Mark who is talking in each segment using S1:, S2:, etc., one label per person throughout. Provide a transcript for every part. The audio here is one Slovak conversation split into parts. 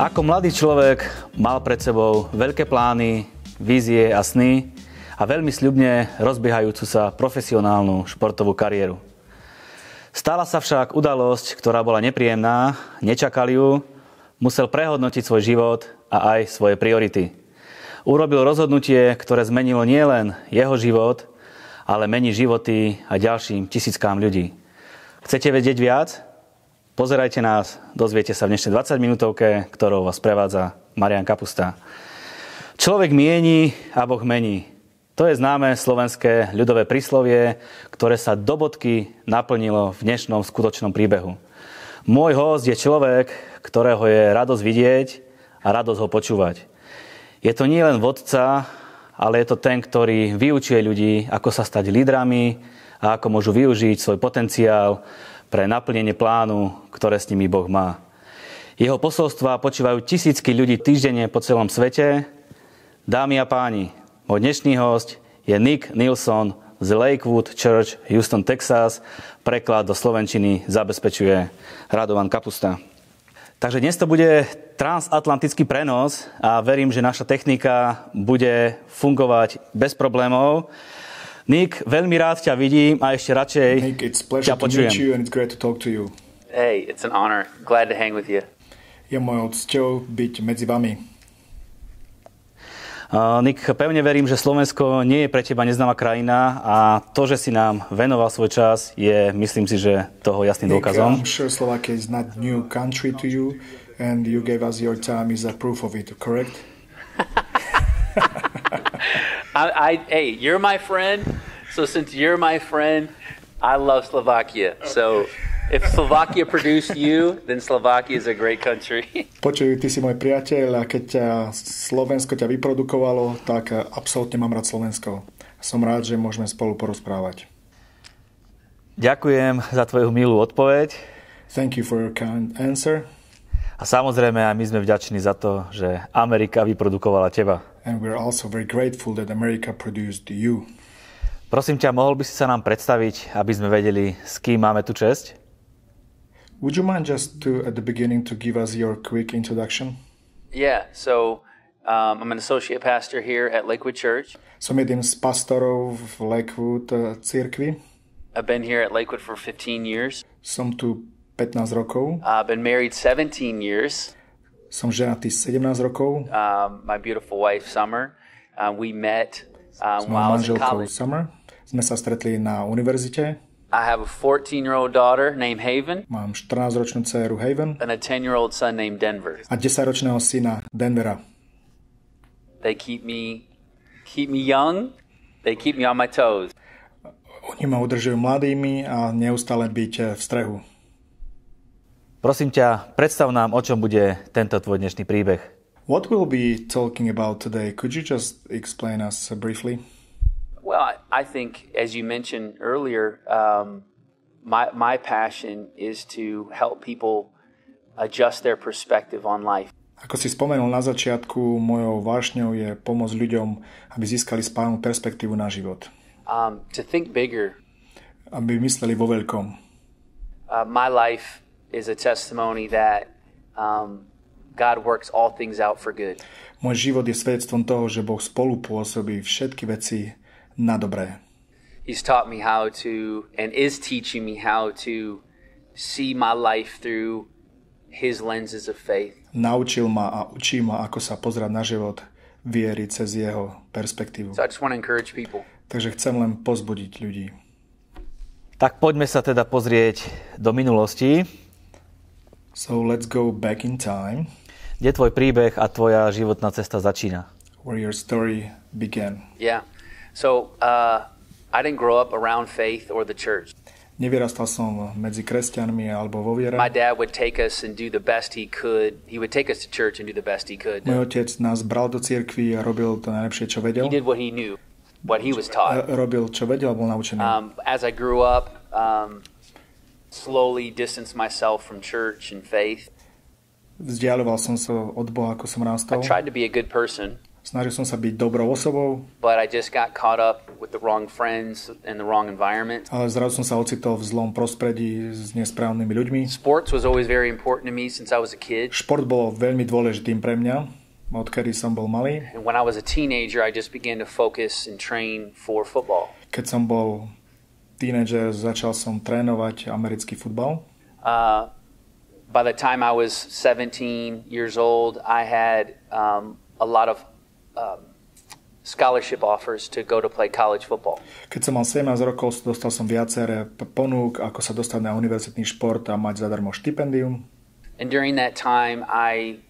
S1: Ako mladý človek mal pred sebou veľké plány, vízie a sny a veľmi sľubne rozbiehajúcu sa profesionálnu športovú kariéru. Stala sa však udalosť, ktorá bola nepríjemná, nečakali ju, musel prehodnotiť svoj život a aj svoje priority. Urobil rozhodnutie, ktoré zmenilo nielen jeho život, ale mení životy a ďalším tisíckám ľudí. Chcete vedieť viac? Pozerajte nás, dozviete sa v dnešnej 20 minútovke, ktorou vás prevádza Marian Kapusta. Človek mieni a Boh mení. To je známe slovenské ľudové príslovie, ktoré sa do bodky naplnilo v dnešnom skutočnom príbehu. Môj host je človek, ktorého je radosť vidieť a radosť ho počúvať. Je to nielen vodca, ale je to ten, ktorý vyučuje ľudí, ako sa stať lídrami a ako môžu využiť svoj potenciál pre naplnenie plánu, ktoré s nimi Boh má. Jeho posolstva počívajú tisícky ľudí týždenne po celom svete. Dámy a páni, môj dnešný host je Nick Nilsson z Lakewood Church, Houston, Texas. Preklad do Slovenčiny zabezpečuje Radovan Kapusta. Takže dnes to bude transatlantický prenos a verím, že naša technika bude fungovať bez problémov. Nick, veľmi rád ťa vidím a ešte radšej
S2: Nick, it's
S1: ťa
S2: pleasure to
S1: počujem.
S2: meet you and it's great to talk to you.
S3: Hey, it's an honor. Glad to hang with you.
S2: Je mojou cťou byť medzi vami.
S1: Uh, Nik, pevne verím, že Slovensko nie je pre teba neznáma krajina a to, že si nám venoval svoj čas, je, myslím si, že toho jasným
S2: Nick, I'm
S1: dôkazom.
S2: sure Slovakia is not new country to you and you gave us your time is a proof of it, correct?
S3: I, I hey, you're my friend. So since you're my friend, I love Slovakia. So if Slovakia produced you, then Slovakia is a great country.
S2: Počuj, ty si môj priateľ a keď ťa Slovensko ťa vyprodukovalo, tak eh, absolútne mám rád Slovensko. Som rád, že môžeme spolu porozprávať.
S1: Ďakujem za tvoju milú odpoveď
S2: Thank you for your kind answer
S1: a samozrejme aj my sme vďační za to, že Amerika vyprodukovala teba.
S2: and we're also very grateful that America produced you.
S1: Prosím ťa, mohol by si sa nám predstaviť, aby sme vedeli, s kým máme tu česť?
S2: Would you mind just to, at the beginning to give us your quick introduction?
S3: yeah. So um, I'm an associate pastor here at Lakewood Church.
S2: Som jedným z pastorov v Lakewood eh, cirkvi.
S3: I've been here at Lakewood for 15 years.
S2: Som tu 15 rokov.
S3: I've been married 17 years.
S2: Som ženatý 17 rokov.
S3: Um, my beautiful wife, Summer, uh, we met um,
S2: S
S3: while
S2: mojou
S3: I was in
S2: manželkou
S3: college.
S2: Summer. Sme sa stretli na univerzite.
S3: I have a 14 year old daughter named Haven
S2: Mám 14-ročnú dceru Haven
S3: and a 10 year old son named Denver.
S2: a 10-ročného syna Denvera.
S3: They keep me keep me young. They keep me on my toes.
S2: Oni ma udržujú mladými a neustále byť eh, v strehu.
S1: Prosím ťa, predstav nám, o čom bude tento tvoj dnešný príbeh.
S2: What we'll be talking about today, could you just explain us briefly?
S3: Well, I, I think as you mentioned earlier, um, my my passion is to help people adjust their perspective on life.
S2: Ako si spomenul na začiatku, mojou vášňou je pomôcť ľuďom, aby získali správnu perspektívu na život.
S3: Um, to think bigger.
S2: Aby mysleli vo veľkom.
S3: Uh, my life is a testimony that um, God works all things out for good.
S2: Môj život je svedectvom toho, že Boh spolupôsobí všetky veci na dobré.
S3: He's taught me how to, and is teaching me how to see my life through his lenses of faith.
S2: Naučil ma a učí ma, ako sa pozerať na život viery cez jeho perspektívu.
S3: So I just want to encourage people.
S2: Takže chcem len pozbudiť ľudí.
S1: Tak poďme sa teda pozrieť do minulosti,
S2: So let's go back in time,
S1: kde tvoj príbeh a tvoja životná cesta začína.
S2: where your story began.
S3: Yeah. So uh, I didn't grow up around faith or the church.
S2: Nevyrastal som medzi kresťanmi alebo vo viere.
S3: My dad would take us and do the best he could. He would take us to church and do the best he could.
S2: Môj otec nás bral do cirkvi a robil to najlepšie, čo vedel.
S3: He did what he knew, what he
S2: A
S3: was taught.
S2: Robil, čo vedel, bol naučený.
S3: Um, as I grew up, um, slowly distanced myself from church and faith.
S2: Vzdialoval som sa od Boha, ako som
S3: I
S2: rastol.
S3: tried to be a good person.
S2: Snažil som sa byť dobrou osobou,
S3: but I just got caught up with the wrong friends and the wrong environment.
S2: ale zrazu som sa ocitol v zlom prostredí s nesprávnymi ľuďmi.
S3: Sports was always very important to me since I was a kid.
S2: Šport bol veľmi dôležitým pre mňa, odkedy som bol malý.
S3: And when I was a teenager, I just began to focus and train for football.
S2: Keď som bol tínedžer, začal som trénovať americký futbal.
S3: Uh, by the time I was 17 years old, I had um, a lot of um, scholarship offers to go to play college football.
S2: Keď som mal 17 rokov, dostal som viaceré p- ponúk, ako sa dostať na univerzitný šport a mať zadarmo štipendium.
S3: And during that time, I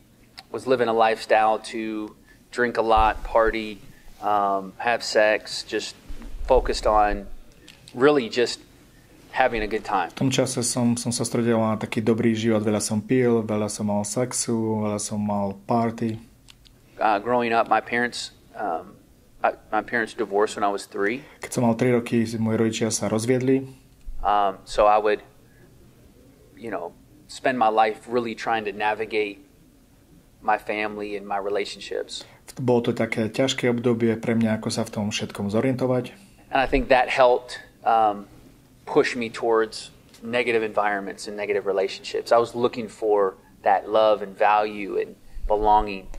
S3: was living a lifestyle to drink a lot, party, um, have sex, just focused on really just having a good time.
S2: V tom čase som, som sa stredil na taký dobrý život, veľa som pil, veľa som mal sexu, veľa som mal party.
S3: Uh, growing up, my parents, um, I, my parents divorced when I was three,
S2: Keď som mal 3 roky, moji rodičia sa rozviedli,
S3: um, so I would, you know, spend my life really trying to navigate my family and my relationships.
S2: Bolo to také ťažké obdobie pre mňa, ako sa v tom všetkom zorientovať.
S3: And I think that helped um, push me towards negative environments and negative relationships. I was looking for that love and value and belonging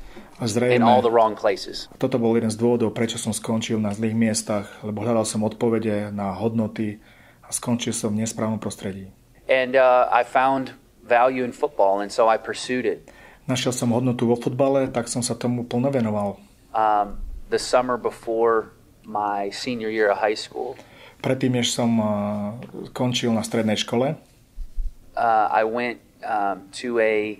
S2: A
S3: in all the
S2: zrejme,
S3: wrong places.
S2: toto bol jeden z dôvodov, prečo som skončil na zlých miestach, lebo hľadal som odpovede na hodnoty a skončil som v nesprávnom prostredí.
S3: And uh, I found value in football, and so I pursued it.
S2: Našiel som hodnotu vo futbale, tak som sa tomu plno venoval.
S3: Um, the summer before my senior year of high school,
S2: Predtým, než som eh, končil na strednej škole,
S3: uh, I went um, to a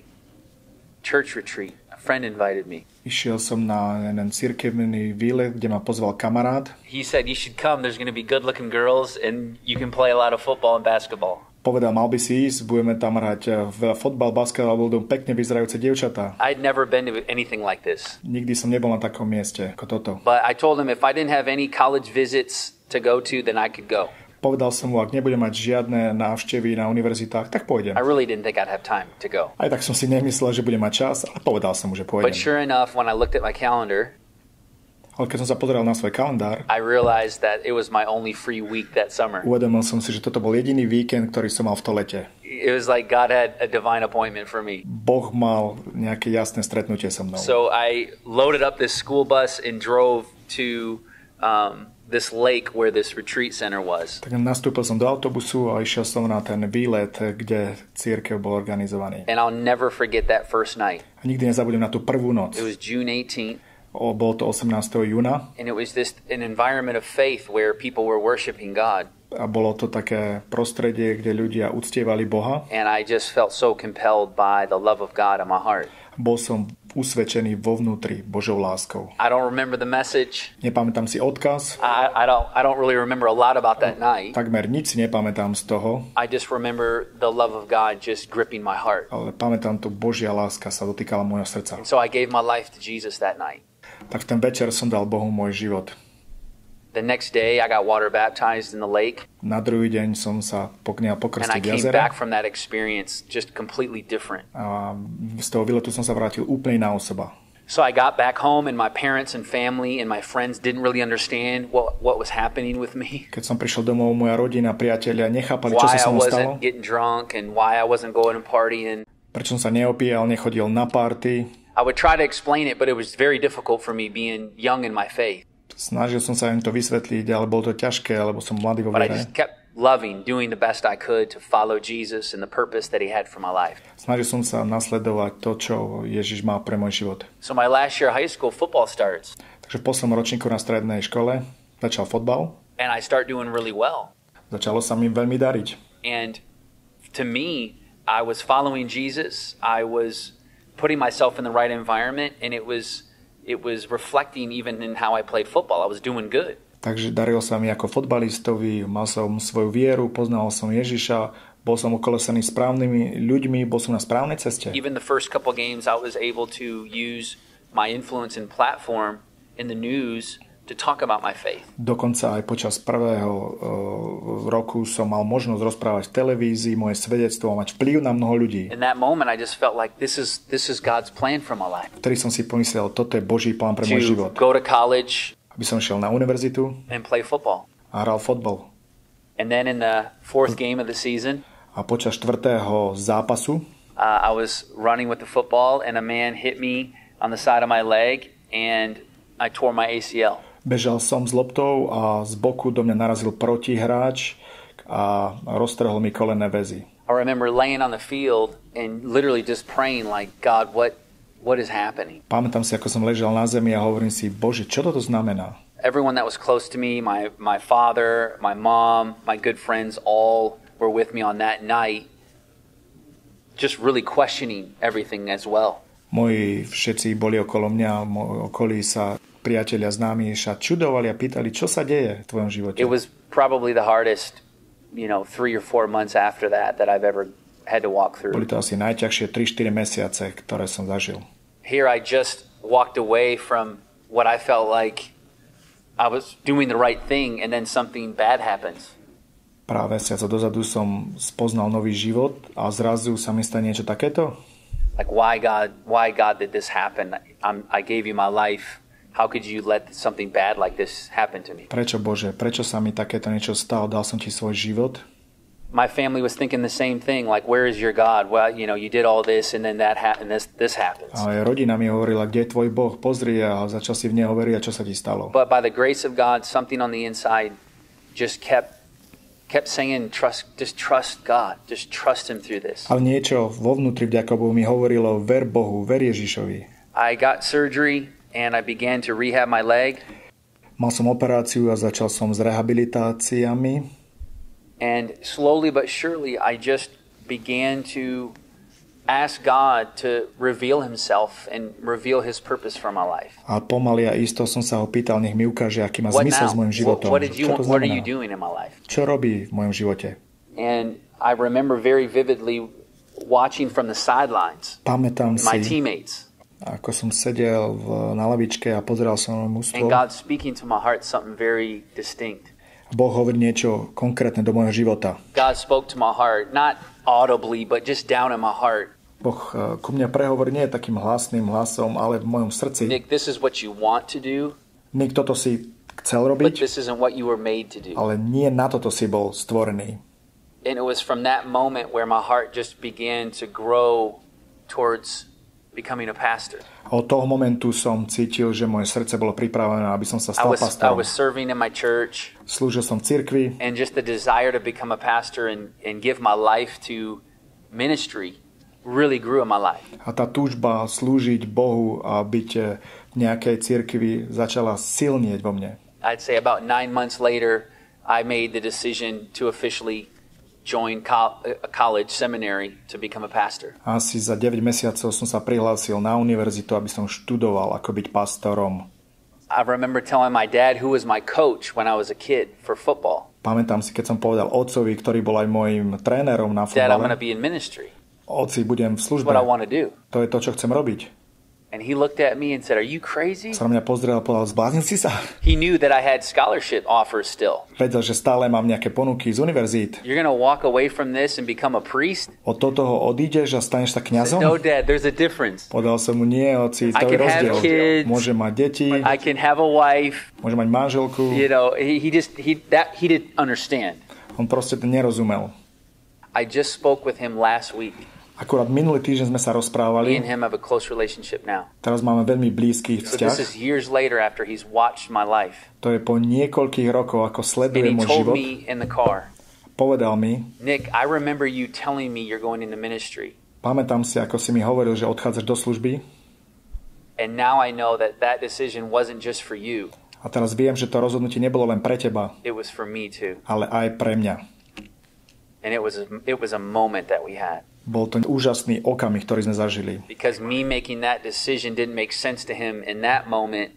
S3: church retreat. A friend invited me.
S2: išiel som na jeden cirkevný výlet, kde ma pozval kamarát.
S3: He said, You should come. There's going to be good looking girls, and you can play a lot of football and basketball.
S2: Povedal, mal by si ísť, budeme tam hrať eh, veľa fotbal, basketbal, budú pekne vyzerajúce dievčatá.
S3: I'd never been to anything like this.
S2: Nikdy som nebol na takom mieste ako toto.
S3: But I told him if I didn't have any college visits to go to, then I could go.
S2: Povedal som mu, ak nebudem mať žiadne návštevy na univerzitách, tak pôjdem.
S3: I really didn't think I'd have time to go.
S2: Aj tak som si nemyslel, že budem mať čas, ale povedal som mu, že pôjdem.
S3: But sure enough, when I looked at my calendar,
S2: Ale keď som sa pozeral na svoj kalendár,
S3: I realized that it was my only free week that summer.
S2: uvedomil som si, že toto bol jediný víkend, ktorý som mal v to lete.
S3: It was like God had a divine appointment for me.
S2: Boh mal nejaké jasné stretnutie so mnou.
S3: So I loaded up this school bus and drove to um, this lake where this retreat center was.
S2: tak nastúpil som do autobusu a išiel som na ten výlet, kde církev bol organizovaný.
S3: And I'll never forget that first night.
S2: A nikdy nezabudnem na tú prvú noc.
S3: It was June 18th.
S2: O, bolo to 18. júna
S3: and it was just an environment of faith where people were worshiping God.
S2: a bolo to také prostredie, kde ľudia uctievali Boha.
S3: And I just felt so compelled by the love of God in my heart.
S2: Bol som usvedčený vo vnútri Božou láskou.
S3: I don't remember the message.
S2: Nepamätám si odkaz,
S3: I, I don't. I don't really remember a lot about that night.
S2: takmer nič si nepamätám z toho,
S3: I just remember the love of God just gripping my heart.
S2: ale pamätám tu Božia láska sa dotýkala môjho srdca.
S3: So I gave my life to Jesus that night.
S2: Tak v ten večer som dal Bohu môj život.
S3: The next day, I got water baptized in the lake,
S2: Na druhý deň som sa pokňal
S3: and I
S2: pokrstiť v
S3: came
S2: jazere
S3: back from that experience just completely different.
S2: a z toho výletu som sa vrátil úplne iná osoba.
S3: So I got back home, and my parents and family and my friends didn't really understand what, what was happening with me.
S2: Keď som prišiel domov, moja rodina, priatelia nechápali, čo sa
S3: why I
S2: so mnou
S3: wasn't
S2: stalo,
S3: getting drunk and why I wasn't going and partying.
S2: prečo som sa neopíjal, nechodil na párty.
S3: I would try to explain it, but it was very difficult for me being young in my faith.
S2: Snažil som sa im to vysvetliť, ale bolo to ťažké, lebo som mladý vo
S3: But I
S2: viere.
S3: just kept loving, doing the best I could to follow Jesus and the purpose that He had for my life.
S2: Snažil som sa nasledovať to, čo Ježiš má pre môj život.
S3: So my last year of high school football starts,
S2: Takže v poslednom ročníku na strednej škole začal fotbal.
S3: and I start doing really well.
S2: Začalo sa mi veľmi dariť.
S3: And to me, I was following Jesus. I was putting myself in the right environment, and it was it was reflecting even in how I played football. I was doing good.
S2: Takže daril sa mi ako fotbalistovi, mal som svoju vieru, poznal som Ježiša, bol som okolesený správnymi ľuďmi, bol som na správnej ceste.
S3: even the first couple games, I was able to use my influence and platform in the news to talk about my faith.
S2: Dokonca aj počas prvého eh, roku som mal možnosť rozprávať v televízii, moje svedectvo mať vplyv na mnoho ľudí.
S3: In that moment, I just felt like this is this is God's plan for my life.
S2: Vtedy som si pomyslel, toto je Boží plán pre môj
S3: To
S2: život.
S3: go to college
S2: Aby som šiel na univerzitu
S3: and play football.
S2: a hral fotbal.
S3: And then in the fourth game of the season,
S2: A počas štvrtého zápasu
S3: uh, I was running with the football, and a man hit me on the side of my leg, and I tore my ACL.
S2: bežal som s loptou a z boku do mňa narazil protihráč a roztrhol mi kolené väzy.
S3: I remember laying on the field and literally just praying, like, God, what, what is happening?
S2: Pamätám si, ako som ležal na zemi a hovorím si, Bože, čo toto znamená?
S3: Everyone that was close to me, my, my father, my mom, my good friends, all were with me on that night, just really questioning everything as well.
S2: Moji všetci boli okolo mňa, mo- okolí sa priatelia známi sa čudovali a pýtali, čo sa deje v tvojom živote.
S3: It was probably the hardest, you know, three or four months after that that I've ever had to walk
S2: Boli
S3: through.
S2: to asi najťažšie 3-4 mesiace, ktoré som zažil.
S3: Here I just walked away from what I felt like I was doing the right thing, and then something bad happens.
S2: Pár mesiacov dozadu som spoznal nový život a zrazu sa mi stane niečo takéto.
S3: like why god why god did this happen I'm, i gave you my life how could you let something bad like this happen to me
S2: Prečo Bože, prečo sa mi takéto niečo stalo, dal som ti svoj život?
S3: my family was thinking the same thing like where is your god well you know you did all this and then that happened this this happens
S2: Ale rodina mi hovorila, kde je tvoj Boh, pozri a začal si v neho veriť a čo sa ti stalo.
S3: but by the grace of god something on the inside just kept kept saying trust just trust god just trust him through this
S2: Ale niečo vo vnútri vďaka Bohu mi hovorilo, ver Bohu, ver Ježišovi.
S3: i got surgery and i began to rehab my leg
S2: Mal som operáciu a začal som s rehabilitáciami.
S3: And slowly but surely, I just began to ask God to reveal Himself and reveal His purpose for my life.
S2: A pomaly a isto som sa ho pýtal, nech mi ukáže, aký má
S3: What
S2: zmysel
S3: now?
S2: s môjim
S3: What,
S2: životom.
S3: what did you?
S2: Čo to
S3: What are you
S2: znamená?
S3: doing in my life?
S2: Čo robí v mojom živote?
S3: And I remember very vividly watching from the sidelines
S2: Pamätám
S3: my
S2: si,
S3: teammates
S2: ako som sedel v, na lavičke a pozeral som na
S3: and
S2: mústvo.
S3: God speaking to my heart something very distinct.
S2: Boh hovorí niečo konkrétne do môjho života.
S3: God spoke to my heart, not audibly, but just down in my heart.
S2: Boh e, ku mne prehovorí nie takým hlasným hlasom, ale v mojom srdci.
S3: Nick, this is what you want to do,
S2: Nik, toto si chcel
S3: but
S2: robiť,
S3: this isn't what you were made to do.
S2: ale nie na toto si bol stvorený.
S3: and it was from that moment where my heart just began to grow towards becoming a pastor.
S2: A Od toho momentu som cítil, že moje srdce bolo pripravené, aby som sa
S3: I
S2: stal
S3: was I
S2: pastorom.
S3: was serving in my church,
S2: Slúžil som v cirkvi
S3: and just the desire to become a pastor and, and give my life to ministry really grew in my life.
S2: a tá túžba slúžiť Bohu a byť e, v nejakej cirkvi začala silnieť vo mne.
S3: I'd say about nine months later, I made the decision to officially join col- a college seminary to become a pastor.
S2: Asi za 9 mesiacov som sa prihlásil na univerzitu, aby som študoval, ako byť pastorom.
S3: I remember telling my dad, who was my coach when I was a kid for football,
S2: Pamätám si, keď som povedal otcovi, ktorý bol aj môjim trénerom na
S3: Dad, I'm going
S2: futbale,
S3: to be in ministry.
S2: oci, budem v
S3: That's
S2: službe.
S3: what I want to do.
S2: To je to, čo chcem robiť.
S3: And he looked at me and said, Are you crazy?
S2: Sa na mňa pozrel a povedal, zbláznil si sa?
S3: He knew that I had scholarship offers still.
S2: Vedel, že stále mám nejaké ponuky z univerzít.
S3: You're going to walk away from this and become a priest?
S2: Od toho odídeš a staneš sa
S3: I said, No,
S2: kňazom?
S3: Dad, there's a difference.
S2: Podal som mu, nie, oci, to je
S3: I can have
S2: rozdiel.
S3: kids.
S2: Môže mať deti,
S3: I can have a wife.
S2: môže mať manželku.
S3: You know, he, he just, he, that, he didn't understand.
S2: On proste to nerozumel.
S3: I just spoke with him last week.
S2: Akurát minulý týždeň sme sa
S3: Me and
S2: rozprávali,
S3: him have a close relationship now.
S2: teraz máme veľmi blízky
S3: So
S2: vzťah.
S3: this is years later after he's watched my life.
S2: To je po niekoľkých rokoch, ako
S3: And
S2: sleduje
S3: he
S2: môj
S3: told
S2: život.
S3: me in the car,
S2: Povedal mi,
S3: Nick, I remember you telling me you're going into ministry.
S2: pamätám si, ako si mi hovoril, že odchádzaš do služby
S3: And now I know that that decision wasn't just for you,
S2: a teraz viem, že to rozhodnutie nebolo len pre teba,
S3: it was for me too.
S2: ale aj pre mňa.
S3: and it was a, it was a moment that we had
S2: Bol to úžasný okamih, ktorý sme zažili.
S3: because me making that decision didn't make sense to him in that moment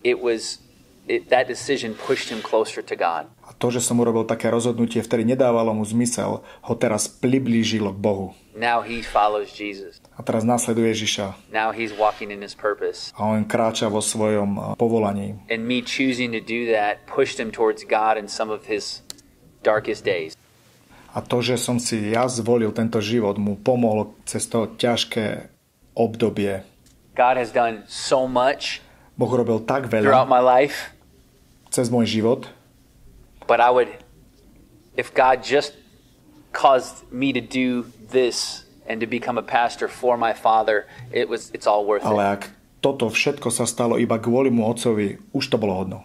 S3: it was it, that decision pushed him closer to God.
S2: A to, že som urobil také rozhodnutie, vtedy nedávalo mu zmysel, ho teraz priblížilo k Bohu.
S3: Now he follows Jesus.
S2: A teraz nasleduje Ježiša
S3: Now he's walking in his purpose.
S2: a on kráča vo svojom eh, povolaní.
S3: And me choosing to do that pushed him towards God in some of his darkest days.
S2: A to, že som si ja zvolil tento život, mu pomohlo cez to ťažké obdobie.
S3: God has done so much
S2: Boh robil tak veľa
S3: throughout my life,
S2: cez môj život,
S3: but I would, if God just caused me to do this and to become a pastor for my father, it was, it's all worth it.
S2: ale ak toto všetko sa stalo iba kvôli mu otcovi, už to bolo hodno.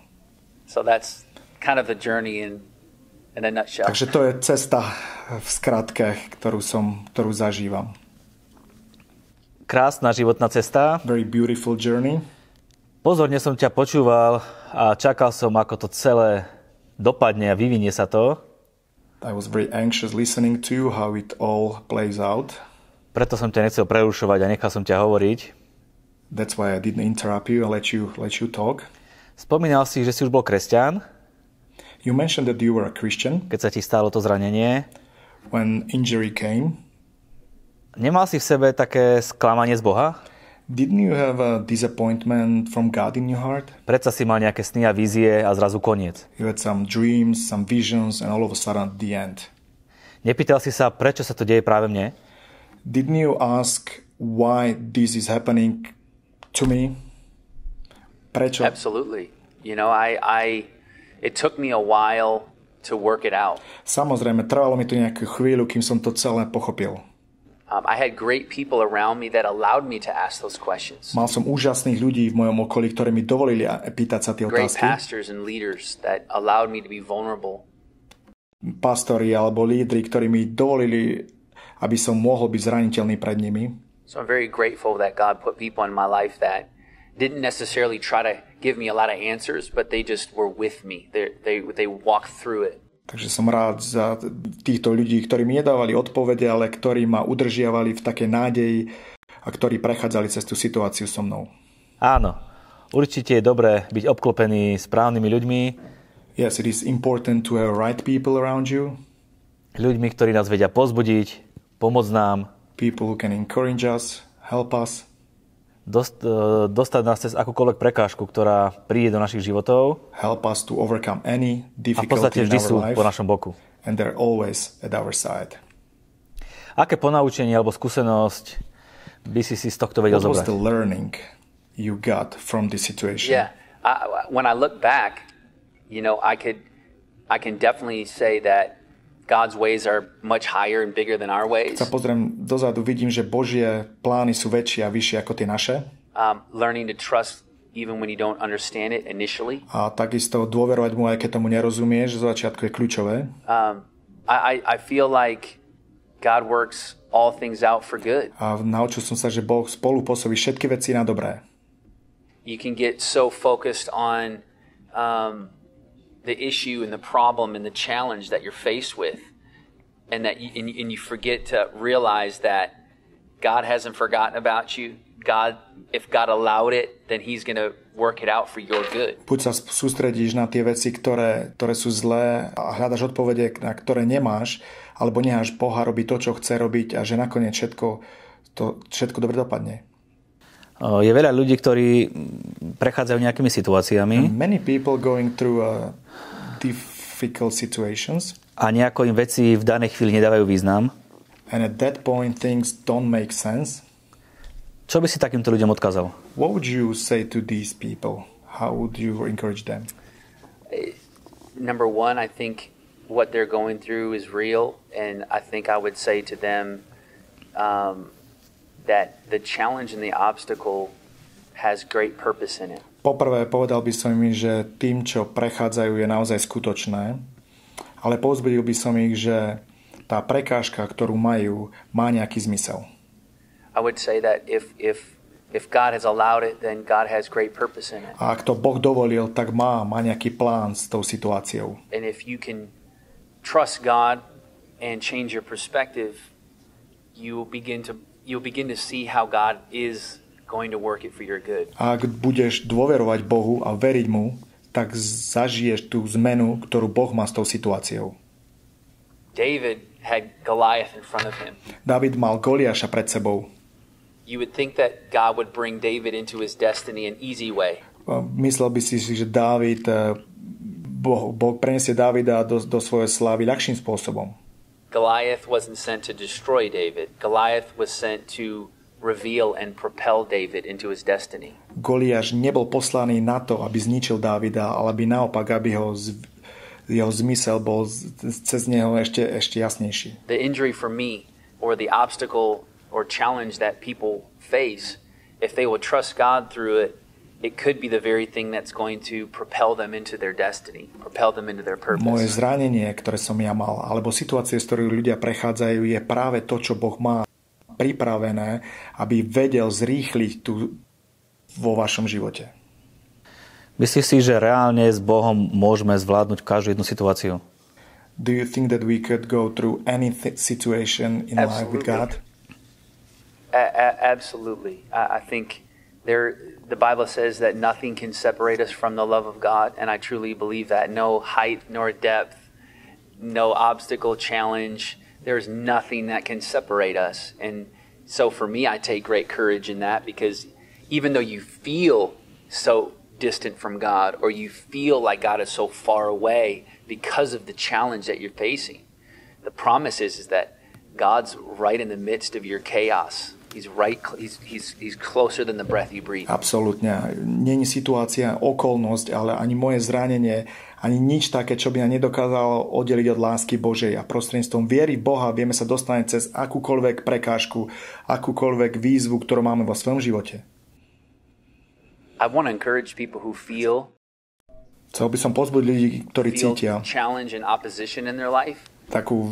S3: So that's kind of the journey in, in a nutshell.
S2: Takže to je cesta v skratke, ktorú, som, ktorú zažívam.
S1: Krásna životná cesta.
S2: Very beautiful journey.
S1: Pozorne som ťa počúval a čakal som, ako to celé dopadne a vyvinie sa to.
S2: I was very anxious listening to you, how it all plays out.
S1: Preto som ťa nechcel prerušovať a nechal som ťa hovoriť.
S2: That's why I didn't interrupt you. I let you let you talk.
S1: Spomínal si, že si už bol kresťan,
S2: You mentioned that you were a Christian
S1: keď sa ti stalo to zranenie.
S2: when injury came.
S1: Nemal si v sebe také sklamanie z Boha?
S2: Didn't you have a disappointment from God in your heart?
S1: Predsa si mal nejaké sny a vízie a zrazu koniec.
S2: You had some dreams, some visions, and all of a sudden, the end.
S1: Nepýtal si sa, prečo sa to deje práve mne?
S2: Didn't you ask why this is happening to me? Prečo?
S3: Absolutely. You know, I, I, it took me a while to work it out.
S2: Samozrejme, trvalo mi to nejakú chvíľu, kým som to celé pochopil.
S3: Um, I had great people around me that allowed me to ask those questions.
S2: Mal som úžasných ľudí v mojom okolí, ktorí mi dovolili a- pýtať sa tie
S3: Great
S2: otázky.
S3: pastors and leaders that allowed me to be vulnerable.
S2: pastori alebo lídri, ktorí mi dovolili, aby som mohol byť zraniteľný pred nimi.
S3: So I'm very grateful that God put people in my life that didn't necessarily try to give me a lot of answers, but they just were with me. They they they walked through it.
S2: Takže som rád za týchto ľudí, ktorí mi nedávali odpovede, ale ktorí ma udržiavali v takej nádeji a ktorí prechádzali cez tú situáciu so mnou.
S1: Áno, určite je dobré byť obklopený správnymi ľuďmi,
S2: Yes, it is important to have right people around you,
S1: ľuďmi, ktorí nás vedia pozbudiť, pomôcť nám,
S2: people who can encourage us, help us,
S1: dost, e, dostať nás cez akúkoľvek prekážku, ktorá príde do našich životov
S2: help us to overcome any
S1: a v podstate
S2: difficulty in
S1: vždy sú
S2: our
S1: po
S2: life,
S1: našom boku.
S2: and they're always at our side.
S1: Aké ponaučenie alebo skúsenosť by si si z tohto vedel
S2: What was the
S1: zobrať?
S2: learning you got from this situation?
S3: Yeah. I, when I look back, you know, I could I can definitely say that God's ways are much higher and bigger than our ways.
S2: sa pozriem dozadu, vidím, že Božie plány sú väčšie a vyššie ako tie naše.
S3: Um, learning to trust even when you don't understand it initially.
S2: A takisto dôverovať mu, aj keď tomu nerozumieš, zo začiatku je kľúčové.
S3: Um, I, I I feel like God works all things out for good.
S2: A naučil som sa, že Boh spolu pôsobí všetky veci na dobré.
S3: you can get so focused on um, the issue and the problem and the challenge that you're faced with, and that you, and, you- and you forget to realize that God hasn't forgotten about you. God, if God allowed it, then He's going to work it out for your good.
S2: Buď sa sp- sústredíš na tie veci, ktoré, ktoré sú zlé a hľadaš odpovede, na ktoré nemáš, alebo necháš Boha robiť to, čo chce robiť a že nakoniec všetko, to, všetko dobre dopadne.
S1: E, Je veľa ľudí, ktorí mm, prechádzajú nejakými situáciami
S2: Many people going through uh, difficult situations
S1: a nejako im veci v danej chvíli nedávajú význam.
S2: and at that point things don't make sense.
S1: Čo by si takýmto ľuďom odkázal?
S2: What would you say to these people? How would you encourage them?
S3: number one, I think what they're going through is real, and I think I would say to them um, that the challenge and the obstacle has great purpose in it.
S2: Poprvé, povedal by som im, že tým, čo prechádzajú, je naozaj skutočné, ale povzbudil by som ich, že tá prekážka, ktorú majú, má nejaký zmysel.
S3: I would say that if if if God has allowed it, then God has great purpose in it,
S2: A ak to Boh dovolil, tak má, má nejaký plán s tou situáciou.
S3: and if you can trust God and change your perspective, you will begin to you'll begin to see how God is going to work it for your good.
S2: A ak budeš dôverovať Bohu a veriť mu, tak zažiješ tú zmenu, ktorú Boh má s tou situáciou.
S3: David had Goliath in front of him.
S2: David mal Goliáša pred sebou.
S3: You would think that God would bring David into his destiny an easy way.
S2: Myslel by si, že Dávid, eh, boh, boh prenesie Davida do, do svojej slávy ľahším spôsobom.
S3: Goliath wasn't sent to destroy David. Goliath was sent to reveal and propel David into his destiny.
S2: Goliáš nebol poslaný na to, aby zničil Dávida, ale aby naopak, aby ho zv- jeho zmysel bol z- cez neho ešte, ešte jasnejší.
S3: The injury for me or the obstacle or challenge that people face, if they will trust God through it, it could be the very thing that's going to propel them into their destiny, propel them into their
S2: Moje
S3: purpose.
S2: zranenie, ktoré som ja mal, alebo situácie, s ktorými ľudia prechádzajú, je práve to, čo Boh má pripravené, aby vedel zrýchliť tu vo vašom živote.
S1: Myslíš si, že reálne s Bohom môžeme zvládnuť každú jednu situáciu?
S2: Do you think that we could go through any th- situation in life with God?
S3: Absolutely. A- a- absolutely. I-, I think there, the Bible says that nothing can separate us from the love of God, and I truly believe that. No height nor depth, no obstacle, challenge. There's nothing that can separate us. And so for me, I take great courage in that because even though you feel so distant from God or you feel like God is so far away because of the challenge that you're facing, the promise is, is that God's right in the midst of your chaos. He's right, he's, he's, he's closer than the breath you breathe.
S2: Absolútne. Není situácia, okolnosť, ale ani moje zranenie, ani nič také, čo by mňa nedokázalo oddeliť od lásky Božej. A prostredníctvom viery v Boha vieme sa dostať cez akúkoľvek prekážku, akúkoľvek výzvu, ktorú máme vo svojom živote.
S3: I want to encourage people who feel,
S2: Chcel by som pozbudiť ľudí, ktorí
S3: feel
S2: cítia
S3: challenge and opposition in their life
S2: takú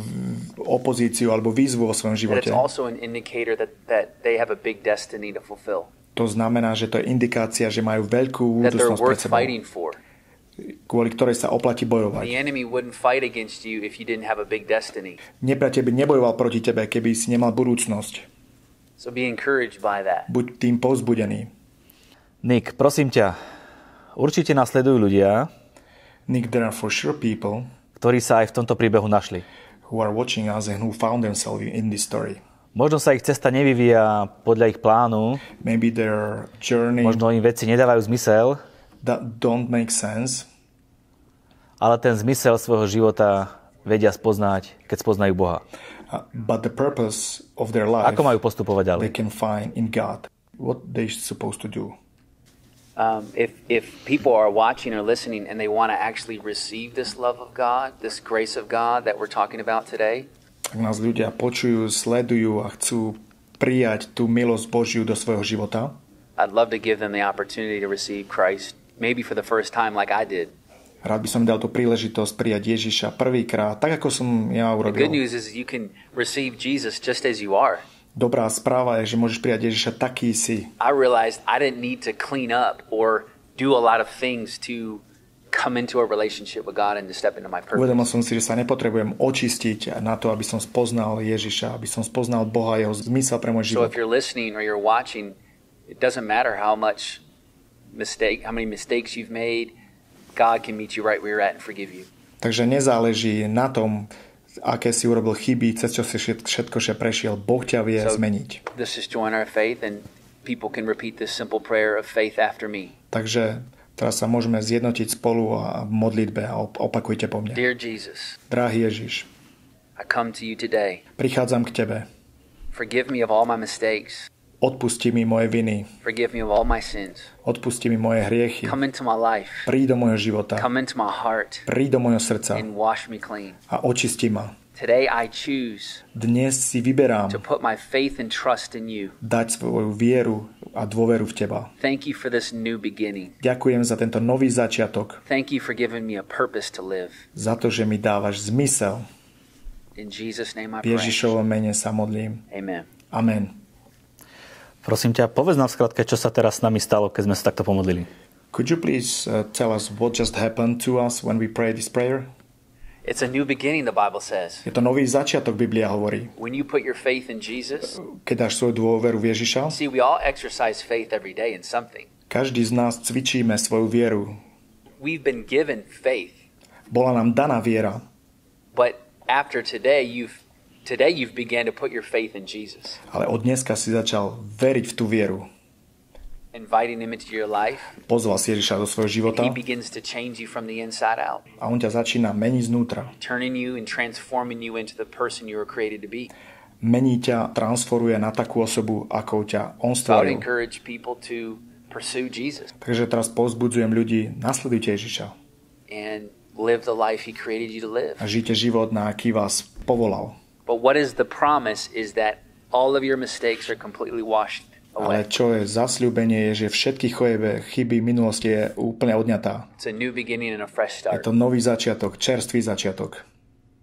S2: opozíciu alebo výzvu vo svojom
S3: that
S2: živote.
S3: it's also an indicator that, that they have a big destiny to fulfill,
S2: To znamená, že to je indikácia, že majú veľkú
S3: that they're
S2: budúcnosť pred
S3: worth
S2: sebou,
S3: fighting for.
S2: kvôli ktorej sa oplatí
S3: The
S2: bojovať.
S3: enemy wouldn't fight against you if you didn't have a big destiny.
S2: Nepriateľ by nebojoval proti tebe, keby si nemal budúcnosť.
S3: So be encouraged by that.
S2: Buď tým povzbudený.
S1: Nik, prosím ťa, určite nás sledujú ľudia,
S2: Nick, there are for sure people
S1: ktorí sa aj v tomto príbehu našli.
S2: who are watching us and who found themselves in this story.
S1: Možno sa ich cesta nevyvíja podľa ich plánu,
S2: Maybe their journey
S1: možno im veci nedávajú zmysel,
S2: that don't make sense,
S1: ale ten zmysel svojho života vedia spoznať, keď spoznajú Boha.
S2: uh, but the purpose of their life
S1: Ako majú postupovať ďalej?
S2: they can find in God. What they're supposed to do.
S3: Um, if, if people are watching or listening and they want to actually receive this love of God, this grace of God that we're talking about today,
S2: Ak nás ľudia počujú, sledujú a chcú prijať tú milosť Božiu do svojho života,
S3: I'd love to give them the opportunity to receive Christ, maybe for the first time, like I did.
S2: rád by som im dal tú príležitosť prijať Ježiša prvýkrát, tak ako som ja
S3: The
S2: urobil.
S3: good news is you can receive Jesus just as you are.
S2: Dobrá správa je, že môžeš prijať Ježiša taký si,
S3: I realized I didn't need to clean up or do a lot of things to come into a relationship with God and to step into my purpose.
S2: Uvedomil som si, že sa nepotrebujem očistiť na to, aby som spoznal Ježiša, aby som spoznal Boha, jeho zmysel pre môj
S3: So
S2: život.
S3: if you're listening or you're watching, it doesn't matter how much mistake, how many mistakes you've made. God can meet you right where you're at and forgive you.
S2: Takže nezáleží na tom, aké si urobil chyby, cez čo si všet- všetko že prešiel. Boh ťa vie
S3: So-
S2: zmeniť.
S3: Let's just join our faith, and people can repeat this simple prayer of faith after me.
S2: Takže teraz sa môžeme zjednotiť spolu a a v modlitbe a op- opakujte po mne.
S3: Dear Jesus,
S2: Drahý Ježiš,
S3: I come to you today.
S2: prichádzam k Tebe.
S3: Forgive me of all my mistakes.
S2: Odpusti mi moje viny.
S3: Forgive me of all my sins.
S2: Odpusti mi moje hriechy.
S3: Come into my life.
S2: Príď do môjho života.
S3: Come into my heart
S2: Príď do môjho srdca
S3: and wash me clean.
S2: a očisti ma.
S3: Today I choose
S2: Dnes si vyberám
S3: to put my faith and trust in you.
S2: dať svoju vieru a dôveru v Teba.
S3: Thank you for this new beginning.
S2: Ďakujem za tento nový začiatok,
S3: Thank you for giving me a purpose to live.
S2: za to, že mi dávaš zmysel.
S3: In Jesus' name
S2: V
S3: I pray.
S2: Ježišovom mene sa modlím.
S3: Amen.
S2: Amen.
S1: Prosím ťa, povedz nám v skratke, čo sa teraz s nami stalo, keď sme sa takto pomodlili.
S2: Could you please uh, tell us what just happened to us when we pray this prayer?
S3: It's a new beginning, the Bible says.
S2: Je to nový začiatok, Biblia hovorí.
S3: When you put your faith in Jesus,
S2: Keď dáš svoju dôveru v Ježiša,
S3: see, we all exercise faith every day in something.
S2: každý z nás cvičíme svoju vieru
S3: we've been given faith,
S2: Bola nám daná viera,
S3: but after today, you've today you've began to put your faith in Jesus,
S2: ale od dneska si začal veriť v tú vieru.
S3: inviting Him into your life.
S2: Pozval si Ježiša do svojho života
S3: He begins to change you from the inside out,
S2: a on ťa začína meniť znútra.
S3: turning you and transforming you into the person you were created to be.
S2: Mení ťa, transformuje na takú osobu, akou ťa on
S3: So I would
S2: stvoril.
S3: encourage people to pursue Jesus
S2: Takže teraz povzbudzujem ľudí, nasledujte Ježiša
S3: and live the life He created you to
S2: a
S3: live.
S2: žite život, na aký vás povolal.
S3: But what is the promise is that all of your mistakes are completely washed
S2: Ale
S3: away.
S2: čo je zasľúbenie, je, že všetky chojebe, chyby minulosti je úplne odňatá.
S3: It's a new beginning and a fresh
S2: Je
S3: start.
S2: to nový začiatok, čerstvý začiatok.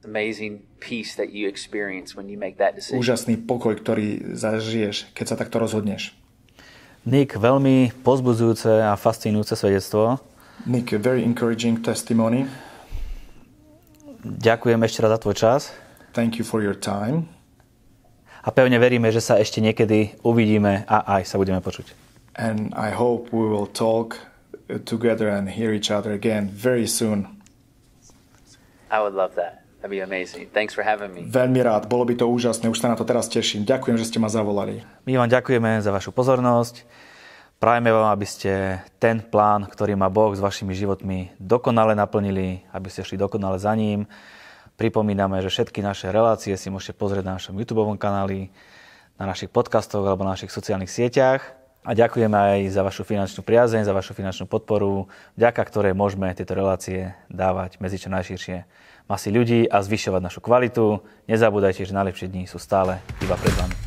S3: Amazing peace that you experience when you make that decision.
S2: Úžasný pokoj, ktorý zažiješ, keď sa takto rozhodneš.
S1: Nick, veľmi pozbudzujúce a fascinujúce svedectvo.
S2: Nick, very encouraging testimony.
S1: Ďakujem ešte raz za tvoj čas
S2: Thank you for your time.
S1: a pevne veríme, že sa ešte niekedy uvidíme a aj sa budeme počuť.
S2: And I hope we will talk uh, together and hear each other again very soon.
S3: I would love that. That'd be amazing. Thanks for having me.
S2: Veľmi rád, bolo by to úžasné, už sa na to teraz teším. Ďakujem, že ste ma zavolali.
S1: My vám ďakujeme za vašu pozornosť. Prajeme vám, aby ste ten plán, ktorý má Boh s vašimi životmi, dokonale naplnili, aby ste šli dokonale za ním. Pripomíname, že všetky naše relácie si môžete pozrieť na našom YouTube kanáli, na našich podcastoch alebo na našich sociálnych sieťach. A ďakujeme aj za vašu finančnú priazeň, za vašu finančnú podporu, vďaka ktorej môžeme tieto relácie dávať medzi čo najširšie masy ľudí a zvyšovať našu kvalitu. Nezabúdajte, že najlepšie dni sú stále iba pred vami.